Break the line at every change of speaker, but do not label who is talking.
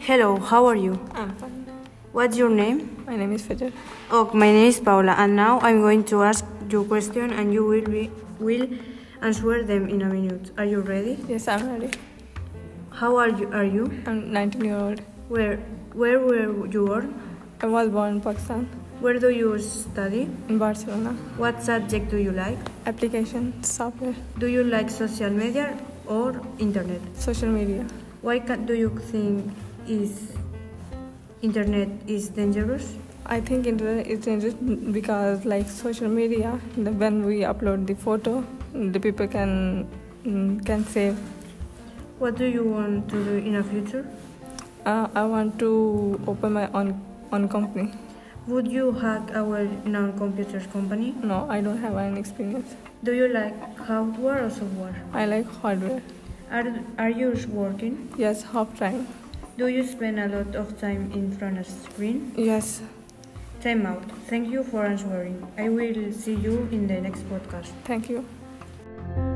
Hello, how are you?
I'm fine.
What's your name?
Ah, My name is Fajar.
Oh, my name is Paula, and now I'm going to ask you question, and you will be will answer them in a minute. Are you ready?
Yes, I'm ready.
How are you? Are you?
I'm 19 year old.
Where Where were you born?
I was born in Pakistan,
Where do you study?
in Barcelona.
What subject do you like?
Application, software,
Do you like social media or internet?
social media.
Why can, do you think is internet is dangerous?
I think internet is dangerous because like social media, the- when we upload the photo, the people can mm, can save.
What do you want to do in the future?
Uh, I want to open my own own company.
Would you hack our non-computer company?
No, I don't have any experience.
Do you like hardware or software?
I like hardware.
Are, are you working?
Yes, half time.
Do you spend a lot of time in front of screen?
Yes.
Time out. Thank you for answering. I will see you in the next podcast.
Thank you.